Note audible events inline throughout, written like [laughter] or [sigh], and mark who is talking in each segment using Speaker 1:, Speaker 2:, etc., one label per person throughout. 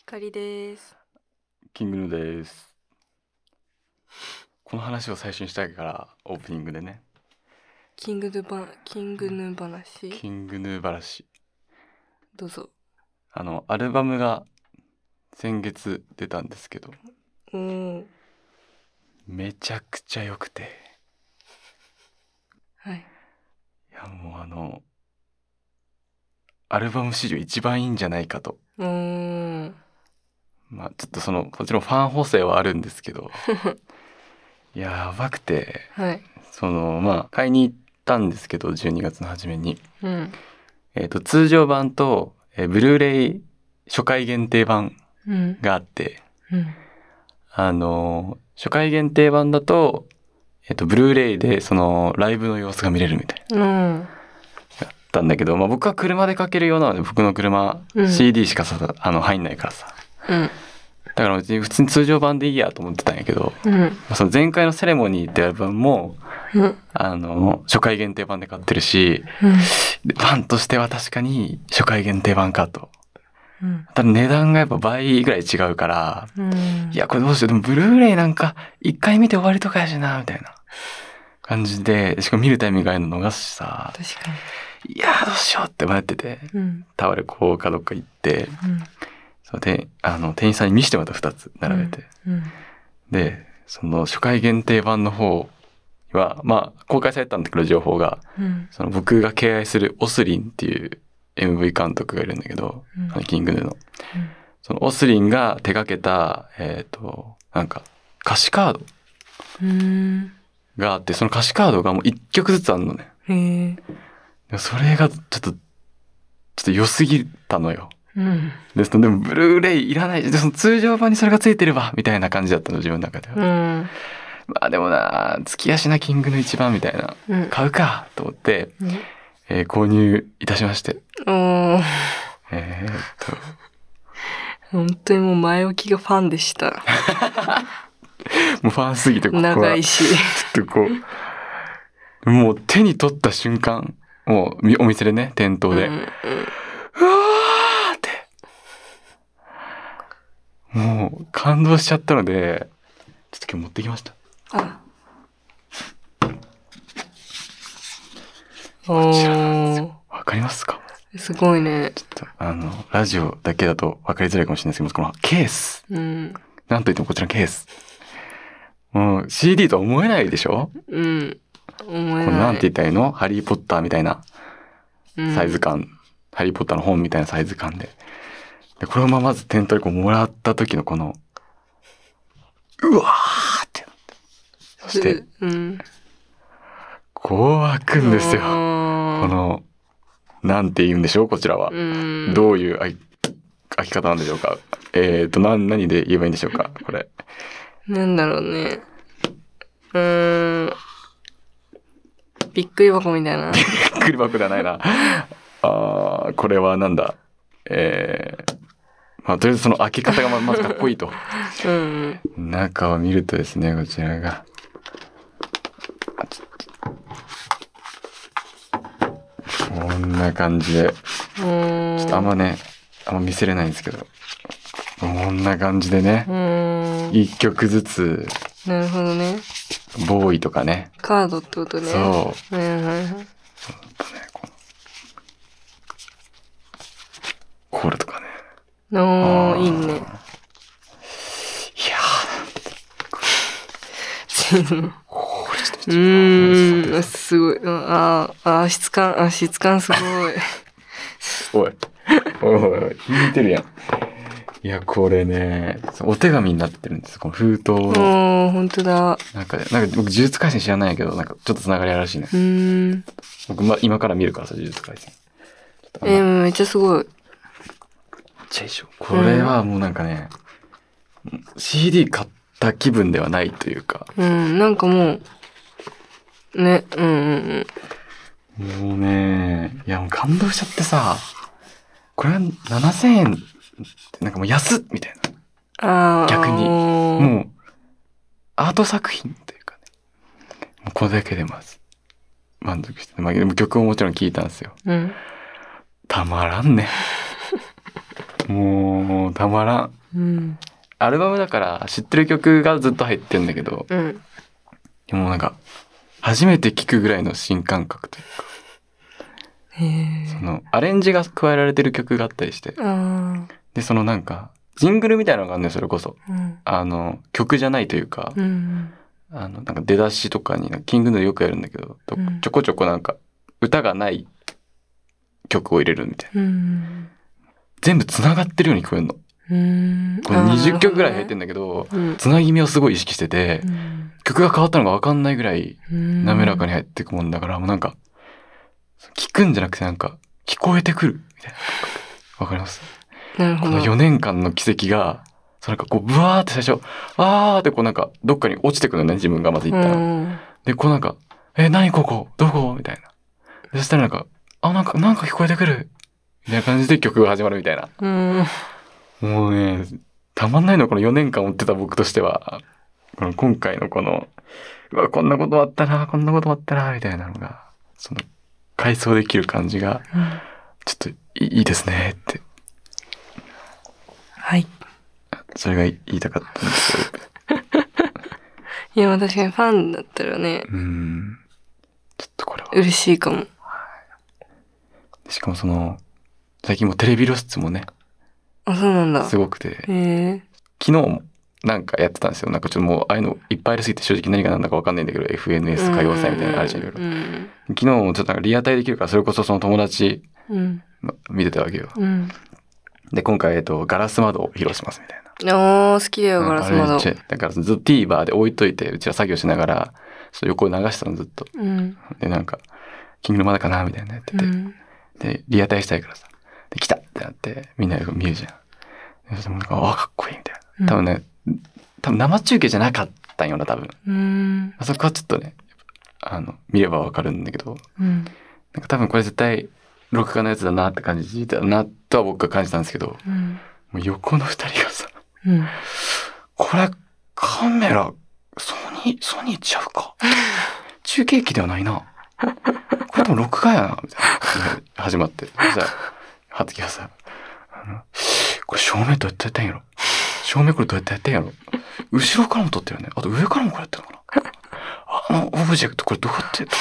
Speaker 1: 光です。
Speaker 2: キングヌーです。この話を最初にしたいからオープニングでね。
Speaker 1: キングヌーバキングヌー話。
Speaker 2: キングヌー話。
Speaker 1: どうぞ。
Speaker 2: あのアルバムが先月出たんですけど、
Speaker 1: おお。
Speaker 2: めちゃくちゃ良くて、
Speaker 1: はい。
Speaker 2: いやもうあのアルバム史上一番いいんじゃないかと。
Speaker 1: おー
Speaker 2: まあちょっとそのもちろんファン補正はあるんですけど、やばくて、
Speaker 1: はい。
Speaker 2: そのまあ買いに行ったんですけど、12月の初めに。
Speaker 1: うん。
Speaker 2: えっと通常版と、えーブルーレイ初回限定版
Speaker 1: うん。
Speaker 2: があって、
Speaker 1: うん。
Speaker 2: あのー初回限定版だと、えっとブルーレイでそのライブの様子が見れるみたい
Speaker 1: うん。
Speaker 2: なやったんだけど、まあ、僕は車でかけるようなので僕の車、
Speaker 1: うん
Speaker 2: CD しかさあの入んないからさ
Speaker 1: うん。
Speaker 2: だから別に普通に通常版でいいやと思ってたんやけど、
Speaker 1: うん。
Speaker 2: まあその前回のセレモニーってアルバムも
Speaker 1: うん。
Speaker 2: あの初回限定版で買ってるしでファンとしては確かに初回限定版かと
Speaker 1: うん。
Speaker 2: ただ値段がやっぱ倍ぐらい違うから、
Speaker 1: うん。
Speaker 2: いや、これどうしよう。でも、ブルーレイなんか、一回見て終わりとかやしな、みたいな感じで、しかも見るタイミングがあるの逃すしさ、
Speaker 1: 確か
Speaker 2: いやー、どうしようって迷ってて、
Speaker 1: に。うん。
Speaker 2: タワレコかどっか行っ
Speaker 1: う
Speaker 2: て、
Speaker 1: ん。
Speaker 2: そうで、あの、店員さんに見せてもらった2つ並べて。
Speaker 1: うん。
Speaker 2: で、その、初回限定版の方は、まあ、公開されたんだけど、情報が、
Speaker 1: うん。
Speaker 2: その、僕が敬愛するオスリンっていう MV 監督がいるんだけど、
Speaker 1: うん
Speaker 2: あのキングヌーの。そのオスリンが手掛けた、えっ、と、なんか、歌詞カード
Speaker 1: うん。
Speaker 2: があって、その歌詞カードがもう一曲ずつあるのね。
Speaker 1: へえ。
Speaker 2: でもそれがちょっと、ちょっと良すぎたのよ。
Speaker 1: うん。
Speaker 2: で、そのでもブルーレイいらないで、その通常版にそれがついてれば、みたいな感じだったの、自分の中では。
Speaker 1: うん。
Speaker 2: まあでもな、月足なキングの一番みたいな、
Speaker 1: うん。
Speaker 2: 買うかと思って、えー購入いたしまして。
Speaker 1: おお。
Speaker 2: えーっと、
Speaker 1: 本当にもう前置きがファンで
Speaker 2: [laughs]
Speaker 1: した。
Speaker 2: もうファンすぎて、ここは。
Speaker 1: 長いし。
Speaker 2: ちょっとこう、もう手に取った瞬間、もうみお店でね、店頭で、
Speaker 1: う
Speaker 2: うんわーって、もう感動しちゃったので、ちょっと今日持ってきました。
Speaker 1: あ。おー
Speaker 2: わかりますか
Speaker 1: すごいね。
Speaker 2: ちょっと、あの、ラジオだけだとわかりづらいかもしれないですけど、このケース。
Speaker 1: うん。
Speaker 2: なんといってもこちらのケース。もう CD とは思えないでしょ
Speaker 1: うん。思
Speaker 2: こ
Speaker 1: え
Speaker 2: の
Speaker 1: な
Speaker 2: なん
Speaker 1: い。
Speaker 2: て言ったらいいのハリーポッターみたいな。
Speaker 1: うん
Speaker 2: サイズ。感、ハリー・ポッターの本みたいなサイズ感で。で、これをまあまず店頭でこうもらった時のこの、うわーってなって。そして、
Speaker 1: うん。
Speaker 2: こう開くんですよ。こ
Speaker 1: こ。
Speaker 2: の、なんて言うんでしょうこちらは。
Speaker 1: うん。
Speaker 2: どういう開き開き方なんでしょうかえーと、な、何で言えばいいんでしょうかこれ。 [laughs]
Speaker 1: なんだろうね。うーん。びっくり箱みたい
Speaker 2: [laughs]
Speaker 1: な。
Speaker 2: クリバクではないな。あー、これはなんだえー、まあ、とりあえずその開け方がままずかっこい
Speaker 1: [laughs]
Speaker 2: いと。
Speaker 1: うん。
Speaker 2: 中を見るとですねこちらがあちょっとこんな感じで
Speaker 1: うん。
Speaker 2: ちょっとあんまねあんま見せれないんですけどこんな感じでね
Speaker 1: うん。
Speaker 2: 一曲ずつ
Speaker 1: なるほどね。
Speaker 2: ボーイとかね
Speaker 1: カードってことね。。
Speaker 2: そう
Speaker 1: はいはいはい。
Speaker 2: コールとかね
Speaker 1: おー、
Speaker 2: あー
Speaker 1: いいね。 [laughs]
Speaker 2: いや
Speaker 1: うーん、すごい。うんあーあー、質感、あ、質感すご
Speaker 2: [laughs]
Speaker 1: い。
Speaker 2: ーおいおいおいおい引いてるやんいやこれねお手紙になってるんですこの封筒
Speaker 1: お
Speaker 2: の
Speaker 1: ー、ほんとだ。
Speaker 2: 中でなんか僕呪術廻戦知らないけどなんかちょっとつながりあるらしいね
Speaker 1: うーん。
Speaker 2: 僕、ま、今から見るからさ、呪術廻戦。ちょっとあ
Speaker 1: え
Speaker 2: のめっ
Speaker 1: ー、めっちゃすごい。
Speaker 2: ちゃいいでしょこれはもうなんかね、CD 買った気分ではないというか、
Speaker 1: うん、なんかもう、ね、うんうん
Speaker 2: もうね、いやもう感動しちゃってさ、これは7000円ってなんかもう安っみたい
Speaker 1: うん。あー
Speaker 2: 逆にな。
Speaker 1: も
Speaker 2: もう、アート作品というかね。もうこれだけでまず、満足して、まあ、でも曲ももちろん聴いたんですよ。
Speaker 1: う、うん。
Speaker 2: たまらんね。もう、たまらん。
Speaker 1: うん。
Speaker 2: アルバムだから知ってる曲がずっと入ってんだけど、
Speaker 1: うん。
Speaker 2: もうなんか、初めて聴くぐらいの新感覚というか、
Speaker 1: へえ。
Speaker 2: その、アレンジが加えられてる曲があったりして、
Speaker 1: あ
Speaker 2: で、そのなんか、ジングルみたいなのがあるんだよ、それこそ。
Speaker 1: あ。うん。
Speaker 2: あの、曲じゃないというか、
Speaker 1: うん。
Speaker 2: あの、なんか出だしとかに、キングヌーよくやるんだけど、と
Speaker 1: うん
Speaker 2: ちょこちょこなんか、歌がない曲を入れるみたいな。
Speaker 1: うん。
Speaker 2: 全部繋がってるように聞こえるの。
Speaker 1: うん。
Speaker 2: これ20曲ぐらい入って
Speaker 1: ん
Speaker 2: んだけど、
Speaker 1: うん。
Speaker 2: つなぎ目をすごい意識してて、曲が変わったのが分かんないぐらい
Speaker 1: うん
Speaker 2: 滑らかに入ってくもんだから、もうなんか、聞くんじゃなくてなんか、聞こえてくるみたいな。わかります
Speaker 1: なる
Speaker 2: こ
Speaker 1: ほ
Speaker 2: の
Speaker 1: ど。
Speaker 2: 4年間の奇跡が、そうなんかこう、ブワーって最初、あーってこうなんか、どっかに落ちてくるのね、自分がまず一旦。
Speaker 1: うん
Speaker 2: で、こうなんか、え、何ここどこみたいな。でそしたらなんか、あ、なんか、なんか聞こえてくるみたいな感じで曲が始まるみたいな。
Speaker 1: うん。
Speaker 2: もうね、たまんないの、この4年間追ってた僕としては。この今回のこの、うわ、こんなことあったな、こんなことあったな、みたいなのが、その、回想できる感じが、ちょっといいいいですね、って、
Speaker 1: はい。
Speaker 2: それが言いたかったんです [laughs] けど。
Speaker 1: いや、確かにファンだったらね、
Speaker 2: うーん。ちょっとこれは。
Speaker 1: 嬉しいかも。
Speaker 2: しかもその、最近もテレビ露出もね、
Speaker 1: あ、そうなんだ
Speaker 2: す。ごくて、
Speaker 1: へえ。
Speaker 2: 昨日もなんかやってたんですよ。なんかちょっともう、ああいうのいっぱいありすぎて正直何が何だかわかんないんだけど、FNS 歌謡祭みたいなのあるじゃん、いろいろ
Speaker 1: う。ん。
Speaker 2: 昨日もちょっとなんかリアタイできるから、それこそその友達
Speaker 1: うん。
Speaker 2: ま見てたわけよ。
Speaker 1: うん。
Speaker 2: で、今回、えっと、ガラス窓を披露しますみたいな。
Speaker 1: おー、好きだよ、
Speaker 2: うん
Speaker 1: ガラス
Speaker 2: あれめっ
Speaker 1: 窓。
Speaker 2: ちゃだからずっと TVer で置いといて、うちら作業しながら、ちょっと横を流してたのずっと。
Speaker 1: うん。
Speaker 2: で、なんか、キングのまだかなみたいなのやって
Speaker 1: う
Speaker 2: て。
Speaker 1: ん。
Speaker 2: で、リアタイしたいからさ。で、来たってなって、みんなで見るじゃん。でそのなんか、あ、かっこいいみたいな。多分ね、多分生中継じゃなかったんよな、多分。
Speaker 1: うん。
Speaker 2: あそこはちょっとね、あの、見ればわかるんだけど、
Speaker 1: うん。
Speaker 2: なんか多分これ絶対、録画のやつだなって感じだなとは僕は感じたんですけど、
Speaker 1: うん。
Speaker 2: もう横の二人がさ、
Speaker 1: うん。
Speaker 2: これ、カメラ、ソニー、ソニーちゃう [laughs] か。中継機ではないな。これでも録画やな、みたいな。始まって。じゃあ、はつきがさ、あの、これ照明どうやってやったんやろ照明これどうやってやったんやろ後ろからも撮ってるよね。あと上からもこうやってるのかなあのオブジェクトこれどうやって撮ってるの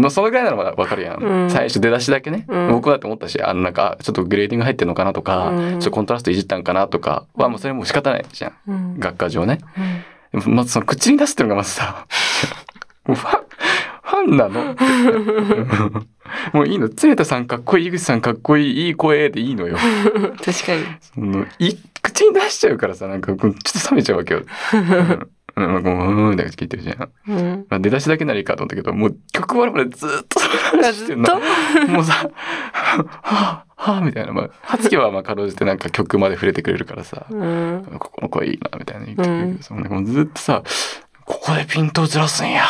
Speaker 2: まあ、そのぐらいならまだわかるやん。
Speaker 1: うん
Speaker 2: 最初出だしだけね。
Speaker 1: うん
Speaker 2: 僕だって思ったし、あの、なんか、あちょっとグレーディング入ってんのかなとか、
Speaker 1: うん
Speaker 2: ちょっとコントラストいじったんかなとかは、もうそれもう仕方ないじゃん。
Speaker 1: うん。
Speaker 2: 学科上ね。でもまずその口に出すっていうのがまずさ、 [laughs] もうファン、ファンなのってもういいの。 [laughs] 鶴田さんかっこいい、井口さんかっこいい、いい声でいいのよ。
Speaker 1: 確かに。
Speaker 2: そのい口に出しちゃうからさ、なんかこうちょっと冷めちゃうわけよ。うん、うん、もう、うん、うん、だけ聞いてるじゃん。
Speaker 1: うん。
Speaker 2: まあ、出だしだけならいいかと思ったけど、もう曲終わるまでずっとその話してんの。もうさ、はぁ、はぁ、みたいな。まあ、はつきはまあ、かろうじてなんか曲まで触れてくれるからさ。
Speaker 1: うん。
Speaker 2: ここの声いいなみたいな言ってくれるけどさ、もうなんかもうずっとさここでピントをずらすんや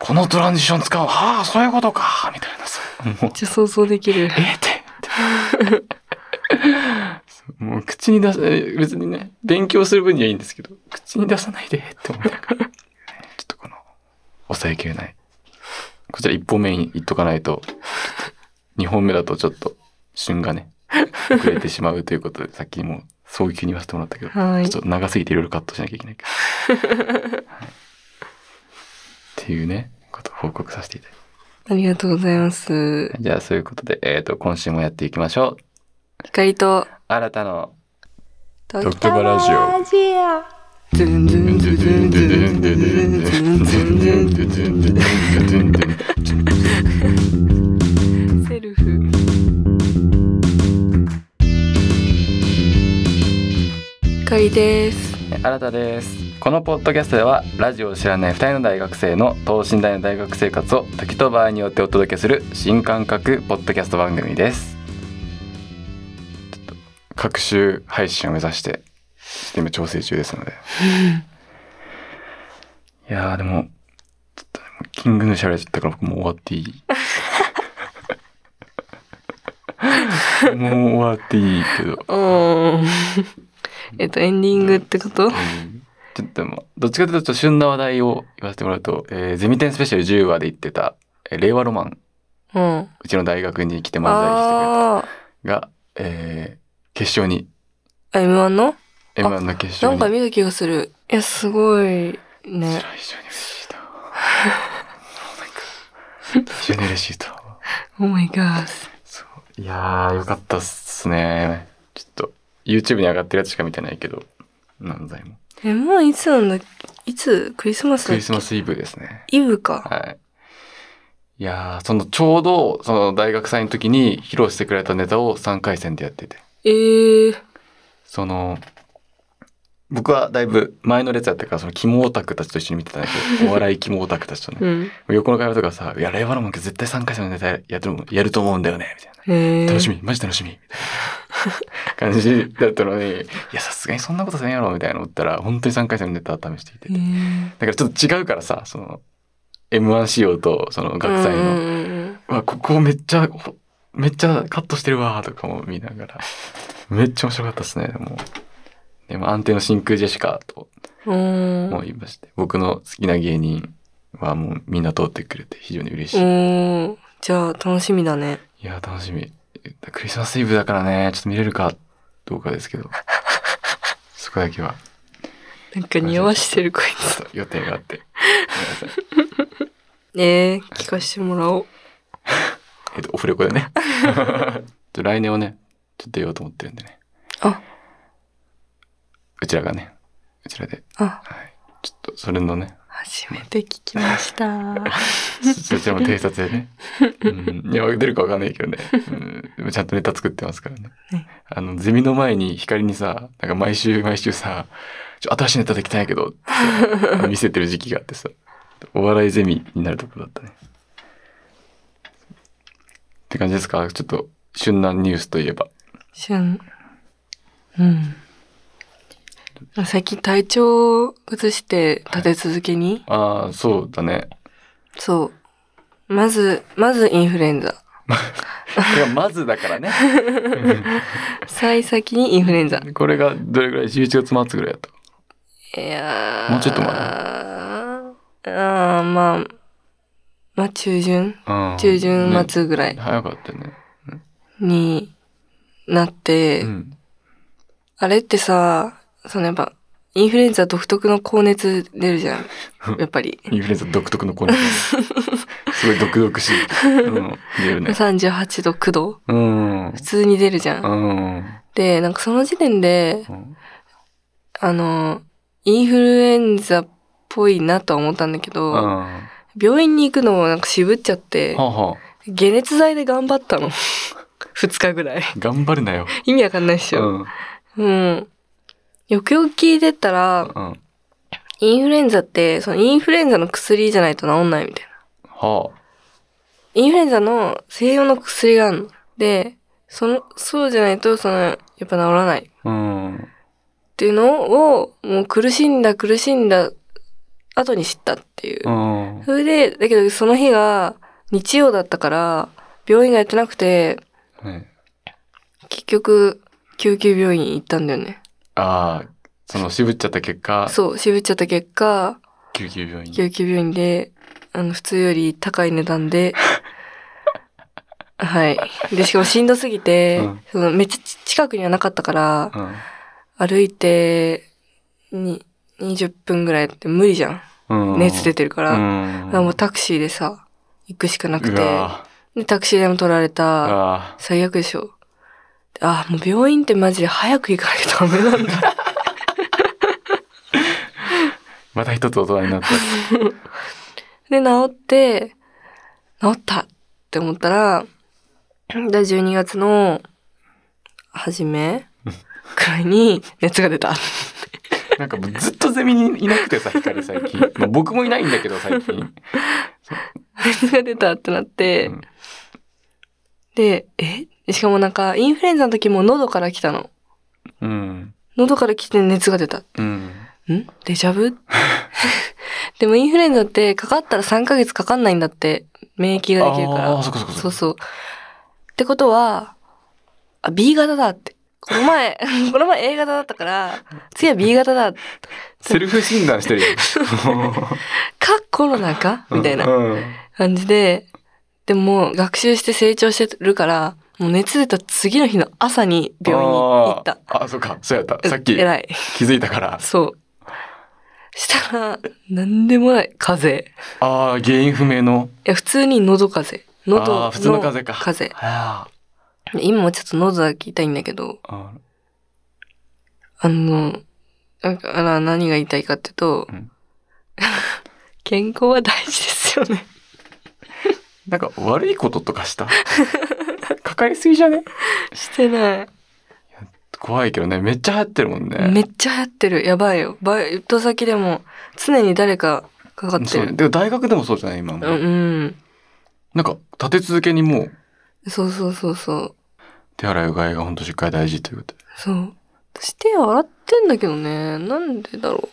Speaker 2: このトランジション使うのはあそういうことかみたいなさもう
Speaker 1: めっちゃ想像できる。
Speaker 2: え [laughs] えってそうもう口に出さ別にね勉強する分にはいいんですけど口に出さないでって思いながらちょっとこの抑えきれないこちら1本目にいっとかないと2本目だとちょっと旬がね遅れてしまうということでさっきもう早急に言わせてもらったけど
Speaker 1: はい。
Speaker 2: ちょっと長すぎていろいろカットしなきゃいけないから。っていうね、ことを報告させていただい
Speaker 1: ありがとうございます。
Speaker 2: て。じゃあそういうことで、えっ、と、今週もやっていきましょう。
Speaker 1: 光と、
Speaker 2: 新たの。
Speaker 1: ド
Speaker 2: ドクタバラジオ。
Speaker 1: ズンズンズンズンズンズンズンズンズンズンセルフ。光です。
Speaker 2: 新たです。このポッドキャストではラジオを知らない2人の大学生の等身大の大学生活を時と場合によってお届けする新感覚ポッドキャスト番組です。各週配信を目指してちょっと今調整中ですので。いやーでも、ちょっとねもうキングの喋りちゃったから僕もう終わっていい。もう終わっていいけど。
Speaker 1: うん。 [laughs] えっと、エンディングってこと
Speaker 2: ちょっともうどっちかというとちょっと旬な話題を言わせてもらうと、えーゼミテンスペシャル10話で言ってた、えー令和ロマン、
Speaker 1: うん。
Speaker 2: うちの大学に来て漫才して
Speaker 1: あ
Speaker 2: くれたが、えー決勝に、
Speaker 1: あ M1 の
Speaker 2: M1 の決
Speaker 1: なん
Speaker 2: 勝に。
Speaker 1: か見た気がする。いや、すごいね
Speaker 2: そ。れは非常に嬉しいと。なんか非常に嬉しいと。
Speaker 1: Oh my god.
Speaker 2: そういやー、よかったっすね。ちょっと、YouTube に上がってるやつしか見てないけど、漫才も。
Speaker 1: M1 いつなんだっけいつクリスマス
Speaker 2: ク
Speaker 1: だっ
Speaker 2: リ
Speaker 1: け
Speaker 2: スマスイブですね。
Speaker 1: イブか。
Speaker 2: はい。いやー、その、ちょうど、その、大学祭の時に披露してくれたネタを3回戦でやってて。
Speaker 1: えー、
Speaker 2: その、僕はだいぶ前の列やったから、その、キモオタクたちと一緒に見てたんだけ [laughs] ど、お笑いキモオタクたちとね
Speaker 1: う。ん。
Speaker 2: 横の会話とかさ、いや、令和ロマン君絶対3回戦のネタやってるもんやると思うんだよね、みたいな。
Speaker 1: えー、
Speaker 2: 楽しみ、マジ楽し [laughs] み、みたいな感じだったのに、いや、さすがにそんなことせんやろ、みたいな思ったら、本当に3回戦のネタ試していて。
Speaker 1: え
Speaker 2: だ
Speaker 1: ー
Speaker 2: からちょっと違うからさ、その、M1 仕様と、その、学祭
Speaker 1: うん
Speaker 2: の、
Speaker 1: うんうん
Speaker 2: うわ、ここめっちゃ、ほめっちゃカットしてるわ、とかも見ながら、めっちゃ面白かったですね、でも。でも安定の真空ジェシカと
Speaker 1: うん。
Speaker 2: も言いまして、僕の好きな芸人はもうみんな通ってくれて非常に嬉しい。
Speaker 1: おーじゃあ楽しみだね。
Speaker 2: いや、楽しみ。クリスマスイブだからね、ちょっと見れるかどうかですけど、そこだけは、
Speaker 1: なんか匂わしてるこいつ。
Speaker 2: ちょっと予定があって。ごめんなさい。
Speaker 1: えー、聞かしてもらおう。
Speaker 2: えっと、オフレコでね。 [laughs] ちょ来年をね、ちょっと出ようと思ってるんでね。
Speaker 1: あ、
Speaker 2: うちらがね、うちらで。
Speaker 1: あ、
Speaker 2: はい。ちょっと、それのね、
Speaker 1: 初めて聞きました。
Speaker 2: そちらも偵察でね。うん、いや、出るかわかんないけどね。うん、でもちゃんとネタ作ってますからね。
Speaker 1: ね
Speaker 2: あの、ゼミの前に光にさ、なんか毎週毎週さ、ちょ新しいネタできたんやけどってさ見せてる時期があってさ、お笑いゼミになるとこだったね。って感じですかちょっと、旬なニュースといえば。
Speaker 1: 旬。うん。最近体調を崩して立て続けに、
Speaker 2: ああ、そうだね。
Speaker 1: そう。まず、まずインフルエンザ。
Speaker 2: いや、まずだか
Speaker 1: [laughs]
Speaker 2: らね。
Speaker 1: 最先にインフルエンザ。
Speaker 2: これがどれぐらい ?11 月末ぐらいやった。
Speaker 1: いやー。
Speaker 2: もうちょっと前
Speaker 1: あー、まあ、まあ中旬
Speaker 2: うん
Speaker 1: 中旬末ぐらい
Speaker 2: ね早かったね。
Speaker 1: になって、
Speaker 2: うん。
Speaker 1: あれってさ、そのやっぱ、インフルエンザ独特の高熱出るじゃん。やっぱり。
Speaker 2: インフルエンザ独特のコンデ
Speaker 1: [laughs]
Speaker 2: ィション。すごい毒々しい。うん。出るね。
Speaker 1: 38度、9度。
Speaker 2: うん。うん
Speaker 1: 普。通に出るじゃん。で、なんかその時点で、
Speaker 2: うん
Speaker 1: あの、インフルエンザっぽいなとは思ったんだけ
Speaker 2: うん。
Speaker 1: ど、
Speaker 2: は
Speaker 1: 病院に行くのをなんか渋っちゃって
Speaker 2: あ、はあ
Speaker 1: 解熱剤で頑張ったの。2日ぐらい。
Speaker 2: 頑張るなよ。
Speaker 1: 意味わかんないっし
Speaker 2: う
Speaker 1: ょ。
Speaker 2: ん。うん。
Speaker 1: うん。よくよく聞いてったら、
Speaker 2: は
Speaker 1: インフルエンザって、そのインフルエンザの薬じゃないと治んないみたいな。
Speaker 2: あ。
Speaker 1: インフルエンザの西用の薬があるの。で、その、そうじゃないと、その、やっぱ治らないっ
Speaker 2: うん。
Speaker 1: ていうのを、もう苦しんだ苦しんだ後に知ったっていう
Speaker 2: う。ん。
Speaker 1: それで、だけどその日が日曜だったから、病院がやってなくて、
Speaker 2: ね
Speaker 1: 結局、救急病院行ったんだよね。
Speaker 2: ああ、その渋っちゃった結果、
Speaker 1: そう、渋っちゃった結果、
Speaker 2: 救急病院。
Speaker 1: 救急病院で、あの、普通より高い値段で、 [laughs] はい。で、しかもしんどすぎて、
Speaker 2: うん
Speaker 1: そのめっちゃち近くにはなかったから、
Speaker 2: うん。
Speaker 1: 歩いて、に、20分ぐらいって無理じゃ。
Speaker 2: うんん。
Speaker 1: 熱出てるか
Speaker 2: た
Speaker 1: ら。だ
Speaker 2: うん。
Speaker 1: からもうタクシーでさ、行くしかなく
Speaker 2: う
Speaker 1: て。
Speaker 2: わ
Speaker 1: で、タクシー代も取られ
Speaker 2: あ
Speaker 1: た。
Speaker 2: あ
Speaker 1: 最悪でしょ。ああ、もう病院ってマジで早く行かないとダメなんだ。 [laughs]
Speaker 2: あ。また一つ大人になった。
Speaker 1: [laughs] で、治って、治ったって思ったら、で、12月の初めくらいに熱が出た。 [laughs]
Speaker 2: なんかもうずっとゼミにいなくてさ、光最近。まあ僕もいないんだけど、最近。
Speaker 1: 熱が出たってなって、
Speaker 2: うん
Speaker 1: で、えしかもなんか、インフルエンザの時も喉から来たの。
Speaker 2: うん。
Speaker 1: 喉から来て熱が出た。ん
Speaker 2: うん。
Speaker 1: デジャブ [laughs] でもインフルエンザってかかったら3ヶ月かかんないんだって、免疫ができるから。
Speaker 2: あーそっかそっかそっか
Speaker 1: そうそう。ってことは、あ、B 型だって。この前、 [laughs] この前 A 型だったから、次は B 型だ。
Speaker 2: セルフ診断してるよ。
Speaker 1: か、コロナ [laughs] かみたいな
Speaker 2: うん。
Speaker 1: 感じで、でももう学習して成長してるから、もう熱出た次の日の朝に病院に行った。
Speaker 2: あーあ、そうか。そうやった。さっき
Speaker 1: えらい。
Speaker 2: 気づいたから。
Speaker 1: そう。したら、なんでもない風邪。い
Speaker 2: ああ、原因不明の。
Speaker 1: や、普通に喉風邪。喉
Speaker 2: あー普通の風邪か
Speaker 1: 風
Speaker 2: あ
Speaker 1: 邪今もちょっと喉だけ痛いんだけど、
Speaker 2: ーあー。
Speaker 1: あの、だから何が言いたいかっていうと、
Speaker 2: うん
Speaker 1: [laughs] 健康は大事ですよね。
Speaker 2: なんか悪いこととかした。 [laughs] かかりすぎじゃね
Speaker 1: してない。
Speaker 2: 怖いけどね。めっちゃ流行ってるもんね。
Speaker 1: めっちゃ流行ってる。やばいよ。バイト先でも常に誰かかかって
Speaker 2: そう
Speaker 1: る。
Speaker 2: でも大学でもそうじゃない今も。
Speaker 1: うん、うん。
Speaker 2: なんか立て続けにもう
Speaker 1: そうそうそうそう。
Speaker 2: 手洗いうがいがほんとしっかり大事ということで。
Speaker 1: そう。私手洗ってんだけどね。なんでだろ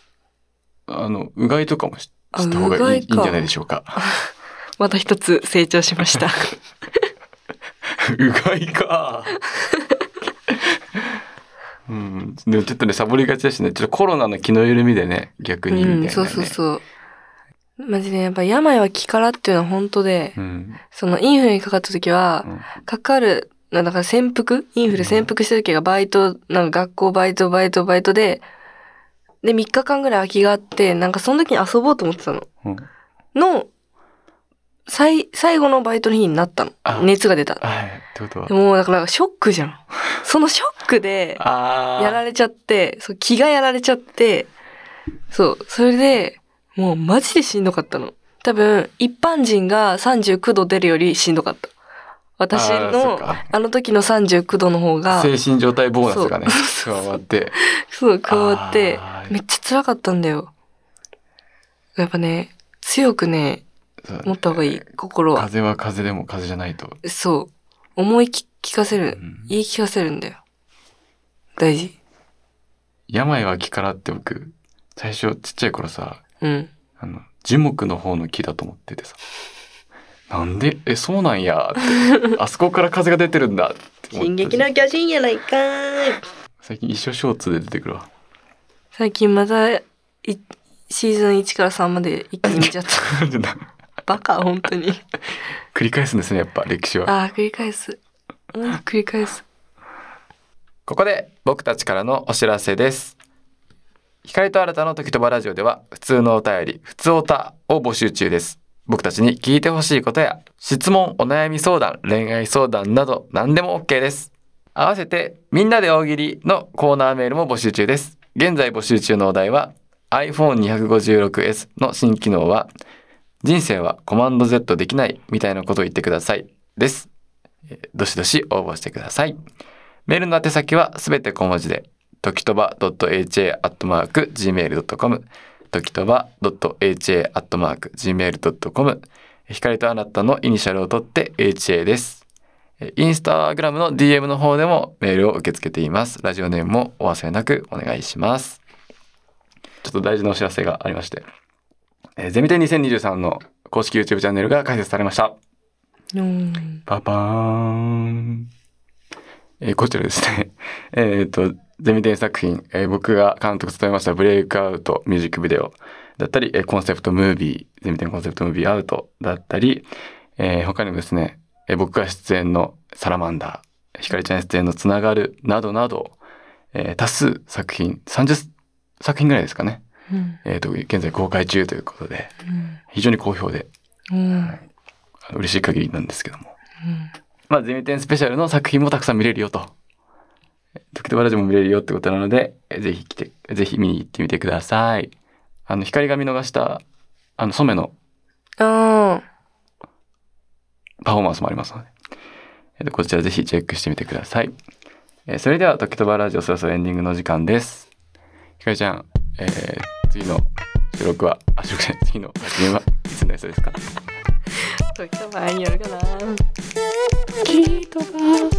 Speaker 1: う。
Speaker 2: あの、うがいとかもし
Speaker 1: あ
Speaker 2: した方が
Speaker 1: うが
Speaker 2: いい
Speaker 1: い
Speaker 2: いいん
Speaker 1: か
Speaker 2: じゃないでしょうか。
Speaker 1: また一つ成長しま
Speaker 2: [laughs]
Speaker 1: した。
Speaker 2: うが
Speaker 1: [laughs]
Speaker 2: いか。うん、でもちょっとねサボりがちだしねちょっとコロナの気の緩みでね逆にみたいな、ね
Speaker 1: うん、そうそうそう。マジで、やっぱ病は気からっていうのは本当で、
Speaker 2: うん
Speaker 1: そのインフルにかかった時は
Speaker 2: う、ん
Speaker 1: かかる、なだから潜伏インフル潜伏した時がバイト、なんか学校バイトバイトバイトで、で、3日間ぐらい空きがあって、なんかその時に遊ぼうと思ってたの。
Speaker 2: うん
Speaker 1: の、最、最後のバイトの日になったの
Speaker 2: あ。
Speaker 1: 熱が出た。
Speaker 2: はいってことは
Speaker 1: でもうだからショックじゃん。そのショック
Speaker 2: [laughs]
Speaker 1: で、
Speaker 2: あー
Speaker 1: やられちゃって、そう、気がやられちゃって、そう、それで、もうマジでしんどかったの。多分、一般人が39度出るよりしんどかった。私
Speaker 2: あーそっ
Speaker 1: の、あ
Speaker 2: か
Speaker 1: の時の39度の方が、
Speaker 2: 精神状態ボーナスがね加
Speaker 1: そう
Speaker 2: わって
Speaker 1: そう、加わって
Speaker 2: あ、ー
Speaker 1: めっちゃ辛かったんだよ。やっぱね、強くね、
Speaker 2: そうだね
Speaker 1: 持った方がいい、心は。
Speaker 2: 風は風でも風じゃないと、
Speaker 1: そう。思いき聞かせ
Speaker 2: う
Speaker 1: る、
Speaker 2: ん
Speaker 1: 言い聞かせるんだよ。大事。
Speaker 2: 病は木からって僕最初ちっちゃい頃さ
Speaker 1: うん。
Speaker 2: あの樹木の方の木だと思っててさなんでえそうなんやってあそこから風が出てるんだって思ってたし
Speaker 1: 巨人やないかーい。
Speaker 2: 最近一生ショーツで出てくるわ [laughs]
Speaker 1: 最近またいシーズン1から3まで一気に見ちゃったバカ本当に
Speaker 2: 繰り返すんですねやっぱ歴史は
Speaker 1: ああ繰り返すうん繰り返す
Speaker 3: ここで僕たちからのお知らせです。光と新たの時とばラジオでは普通のお便り、普通おたを募集中です。僕たちに聞いてほしいことや質問、お悩み相談、恋愛相談など何でも OK です。合わせてみんなで大喜利のコーナーメールも募集中です。現在募集中のお題は iPhone256S の新機能は人生はコマンド Z できないみたいなことを言ってくださいです。えーどしどし応募してください。メールの宛先はすべて小文字で、時とば .ha.gmail.com、時とば .ha.gmail.com、光とあなたのイニシャルを取って ha です。えインスタグラムの DM の方でもメールを受け付けています。ラジオネームもお忘れなくお願いします。
Speaker 2: ちょっと大事なお知らせがありまして、えーゼミ展2023の公式 YouTube チャンネルが開設されました
Speaker 1: うん
Speaker 2: パパーン。えーこちらですね。 [laughs] えっと、ゼミ展作品、えー僕が監督を務めましたブレイクアウトミュージックビデオだったり、えーコンセプトムービー、ゼミ展コンセプトムービーアウトだったり、えー他にもですね、えー僕が出演のサラマンダー、ひかりちゃん出演のつながるなどなど、えー多数作品、30作品ぐらいですかね。
Speaker 1: うん
Speaker 2: えっ、と、現在公開中ということで、
Speaker 1: うん
Speaker 2: 非常に好評で、
Speaker 1: うん
Speaker 2: あの嬉しい限りなんですけども。まあ、ゼミ展スペシャルの作品もたくさん見れるよと。時々ラジオも見れるよってことなので、えぜひ来て、ぜひ見に行ってみてください。あの、光が見逃した、あの、染めの
Speaker 1: あ
Speaker 2: パフォーマンスもありますので、えっとこちらぜひチェックしてみてください。えーそれでは、時々ラジオそろそろエンディングの時間です。ひかりちゃん、えー次の収録は、あ、収録じゃない次の発言はいつになりそうですか
Speaker 1: あ時と場合によるかなきっとば